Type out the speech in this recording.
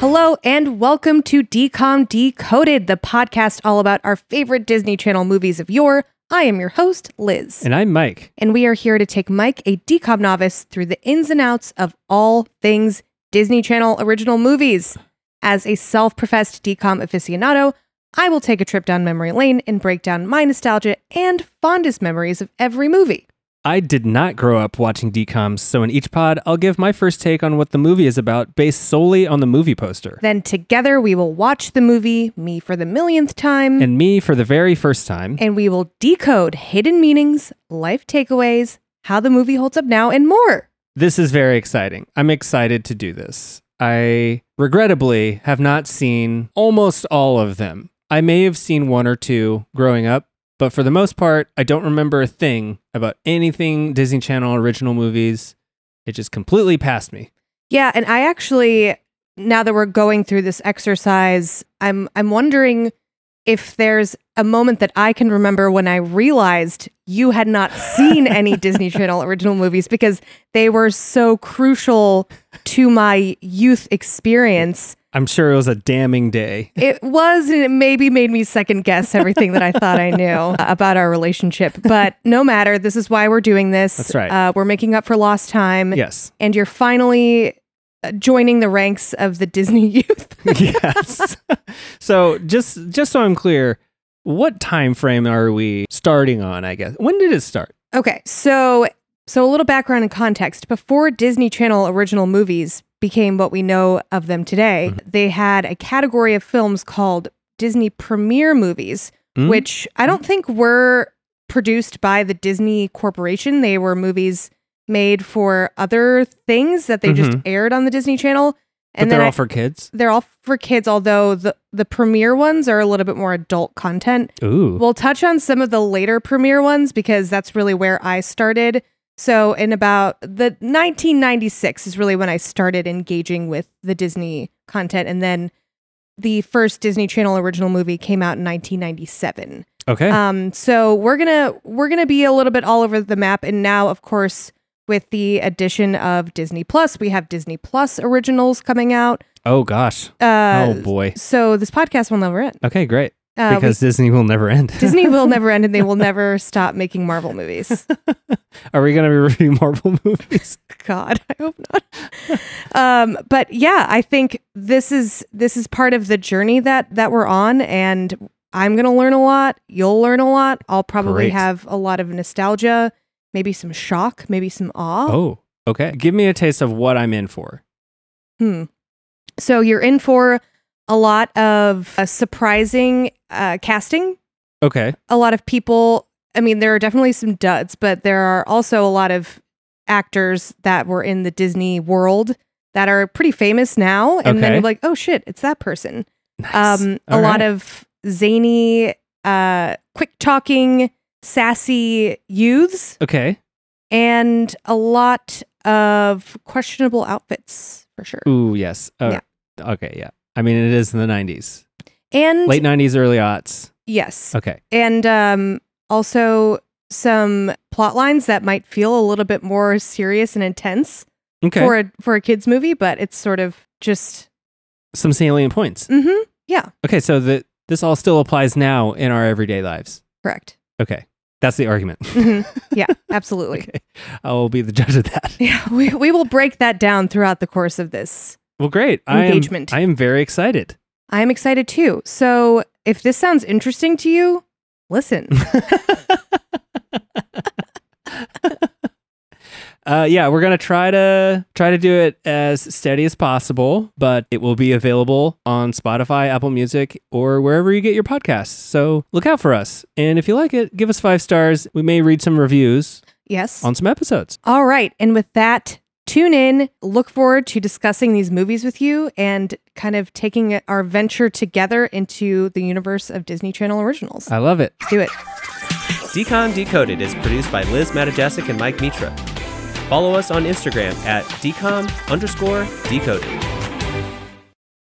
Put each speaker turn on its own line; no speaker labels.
Hello and welcome to DCOM Decoded, the podcast all about our favorite Disney Channel movies of yore. I am your host, Liz.
And I'm Mike.
And we are here to take Mike, a DCOM novice, through the ins and outs of all things Disney Channel original movies. As a self professed DCOM aficionado, I will take a trip down memory lane and break down my nostalgia and fondest memories of every movie.
I did not grow up watching DCOMs, so in each pod, I'll give my first take on what the movie is about based solely on the movie poster.
Then together we will watch the movie, me for the millionth time.
And me for the very first time.
and we will decode hidden meanings, life takeaways, how the movie holds up now, and more.
This is very exciting. I'm excited to do this. I regrettably have not seen almost all of them. I may have seen one or two growing up, but for the most part, I don't remember a thing about anything Disney Channel original movies. It just completely passed me.
Yeah, and I actually now that we're going through this exercise, I'm I'm wondering if there's a moment that I can remember when I realized you had not seen any Disney Channel original movies because they were so crucial to my youth experience.
I'm sure it was a damning day.
It was, and it maybe made me second guess everything that I thought I knew about our relationship. But no matter, this is why we're doing this.
That's right.
Uh, we're making up for lost time.
Yes.
And you're finally uh, joining the ranks of the Disney youth.
yes. so just just so I'm clear, what time frame are we starting on, I guess? When did it start?
okay, so so a little background and context. Before Disney Channel original movies became what we know of them today,
Mm-hmm.
they had a category of films called Disney premiere movies,
Hmm?
which I don't think were produced by the Disney Corporation. They were movies made for other things that they just
Mhm.
aired on the Disney Channel.
but
And
they're
then
all
I-
for kids.
they're all for kids, although the, the premiere ones are a little bit more adult content.
Ooh.
We'll touch on some of the later premiere ones because that's really where I started. So, in about the 1996 is really when I started engaging with the Disney content. And then the first Disney Channel original movie came out in 1997.
okay.
Um, so we're gonna we're gonna be a little bit all over the map, and now, of course, with the addition of Disney Plus, we have Disney Plus originals coming out.
oh gosh.
Uh,
oh boy.
so this podcast will never end
Okay, great.
uh, we-
because Disney will never end.
Disney will never end, and they will never stop making Marvel movies.
Are we going to be reviewing Marvel movies?
God, I hope not. um, but yeah, I think this is this is part of the journey that that we're on, and I'm gonna learn a lot. You'll learn a lot. I'll probably
Great.
have a lot of nostalgia, maybe some shock, maybe some awe.
oh, okay. Give me a taste of what I'm in for.
Hmm. So you're in for a lot of uh, surprising uh, casting.
Okay.
A lot of people. I mean, there are definitely some duds, but there are also a lot of actors that were in the Disney world that are pretty famous now. And then
Okay.
you're like, oh shit, it's that person.
Nice.
Um, a
All
lot
right.
of zany, uh, quick talking, sassy youths,
Okay.
and a lot of questionable outfits for sure.
Ooh, yes. Uh, Okay, yeah. I mean, it is in the 90s.
And
Late uh, 90s, early aughts.
yes,
Okay.
and um, also some plot lines that might feel a little bit more serious and intense
Okay.
for a for a kids movie, but it's sort of just
Some salient points.
mm-hmm,
Okay, so the, this all still applies now in our everyday lives.
correct.
Okay, that's the argument.
Mhm. Yeah, absolutely.
Mm-hmm. okay, I will be the judge of that.
Yeah, we, we will break that down throughout the course of this.
Well, great. I am-
Engagement.
I am very excited.
I am excited too. So if this sounds interesting to you, listen.
Uh, yeah, we're gonna try to try to do it as steady as possible, but it will be available on Spotify, Apple Music, or wherever you get your podcasts. So look out for us, and if you like it, give us five stars. We may read some reviews
Yes.
on some episodes.
All right. And with that, tune in. Look forward to discussing these movies with you and kind of taking our venture together into the universe of Disney Channel originals.
I love it.
Let's do it.
Decon Decoded is produced by Liz Matajasic and Mike Mitra. Follow us on Instagram at decom underscore decoded.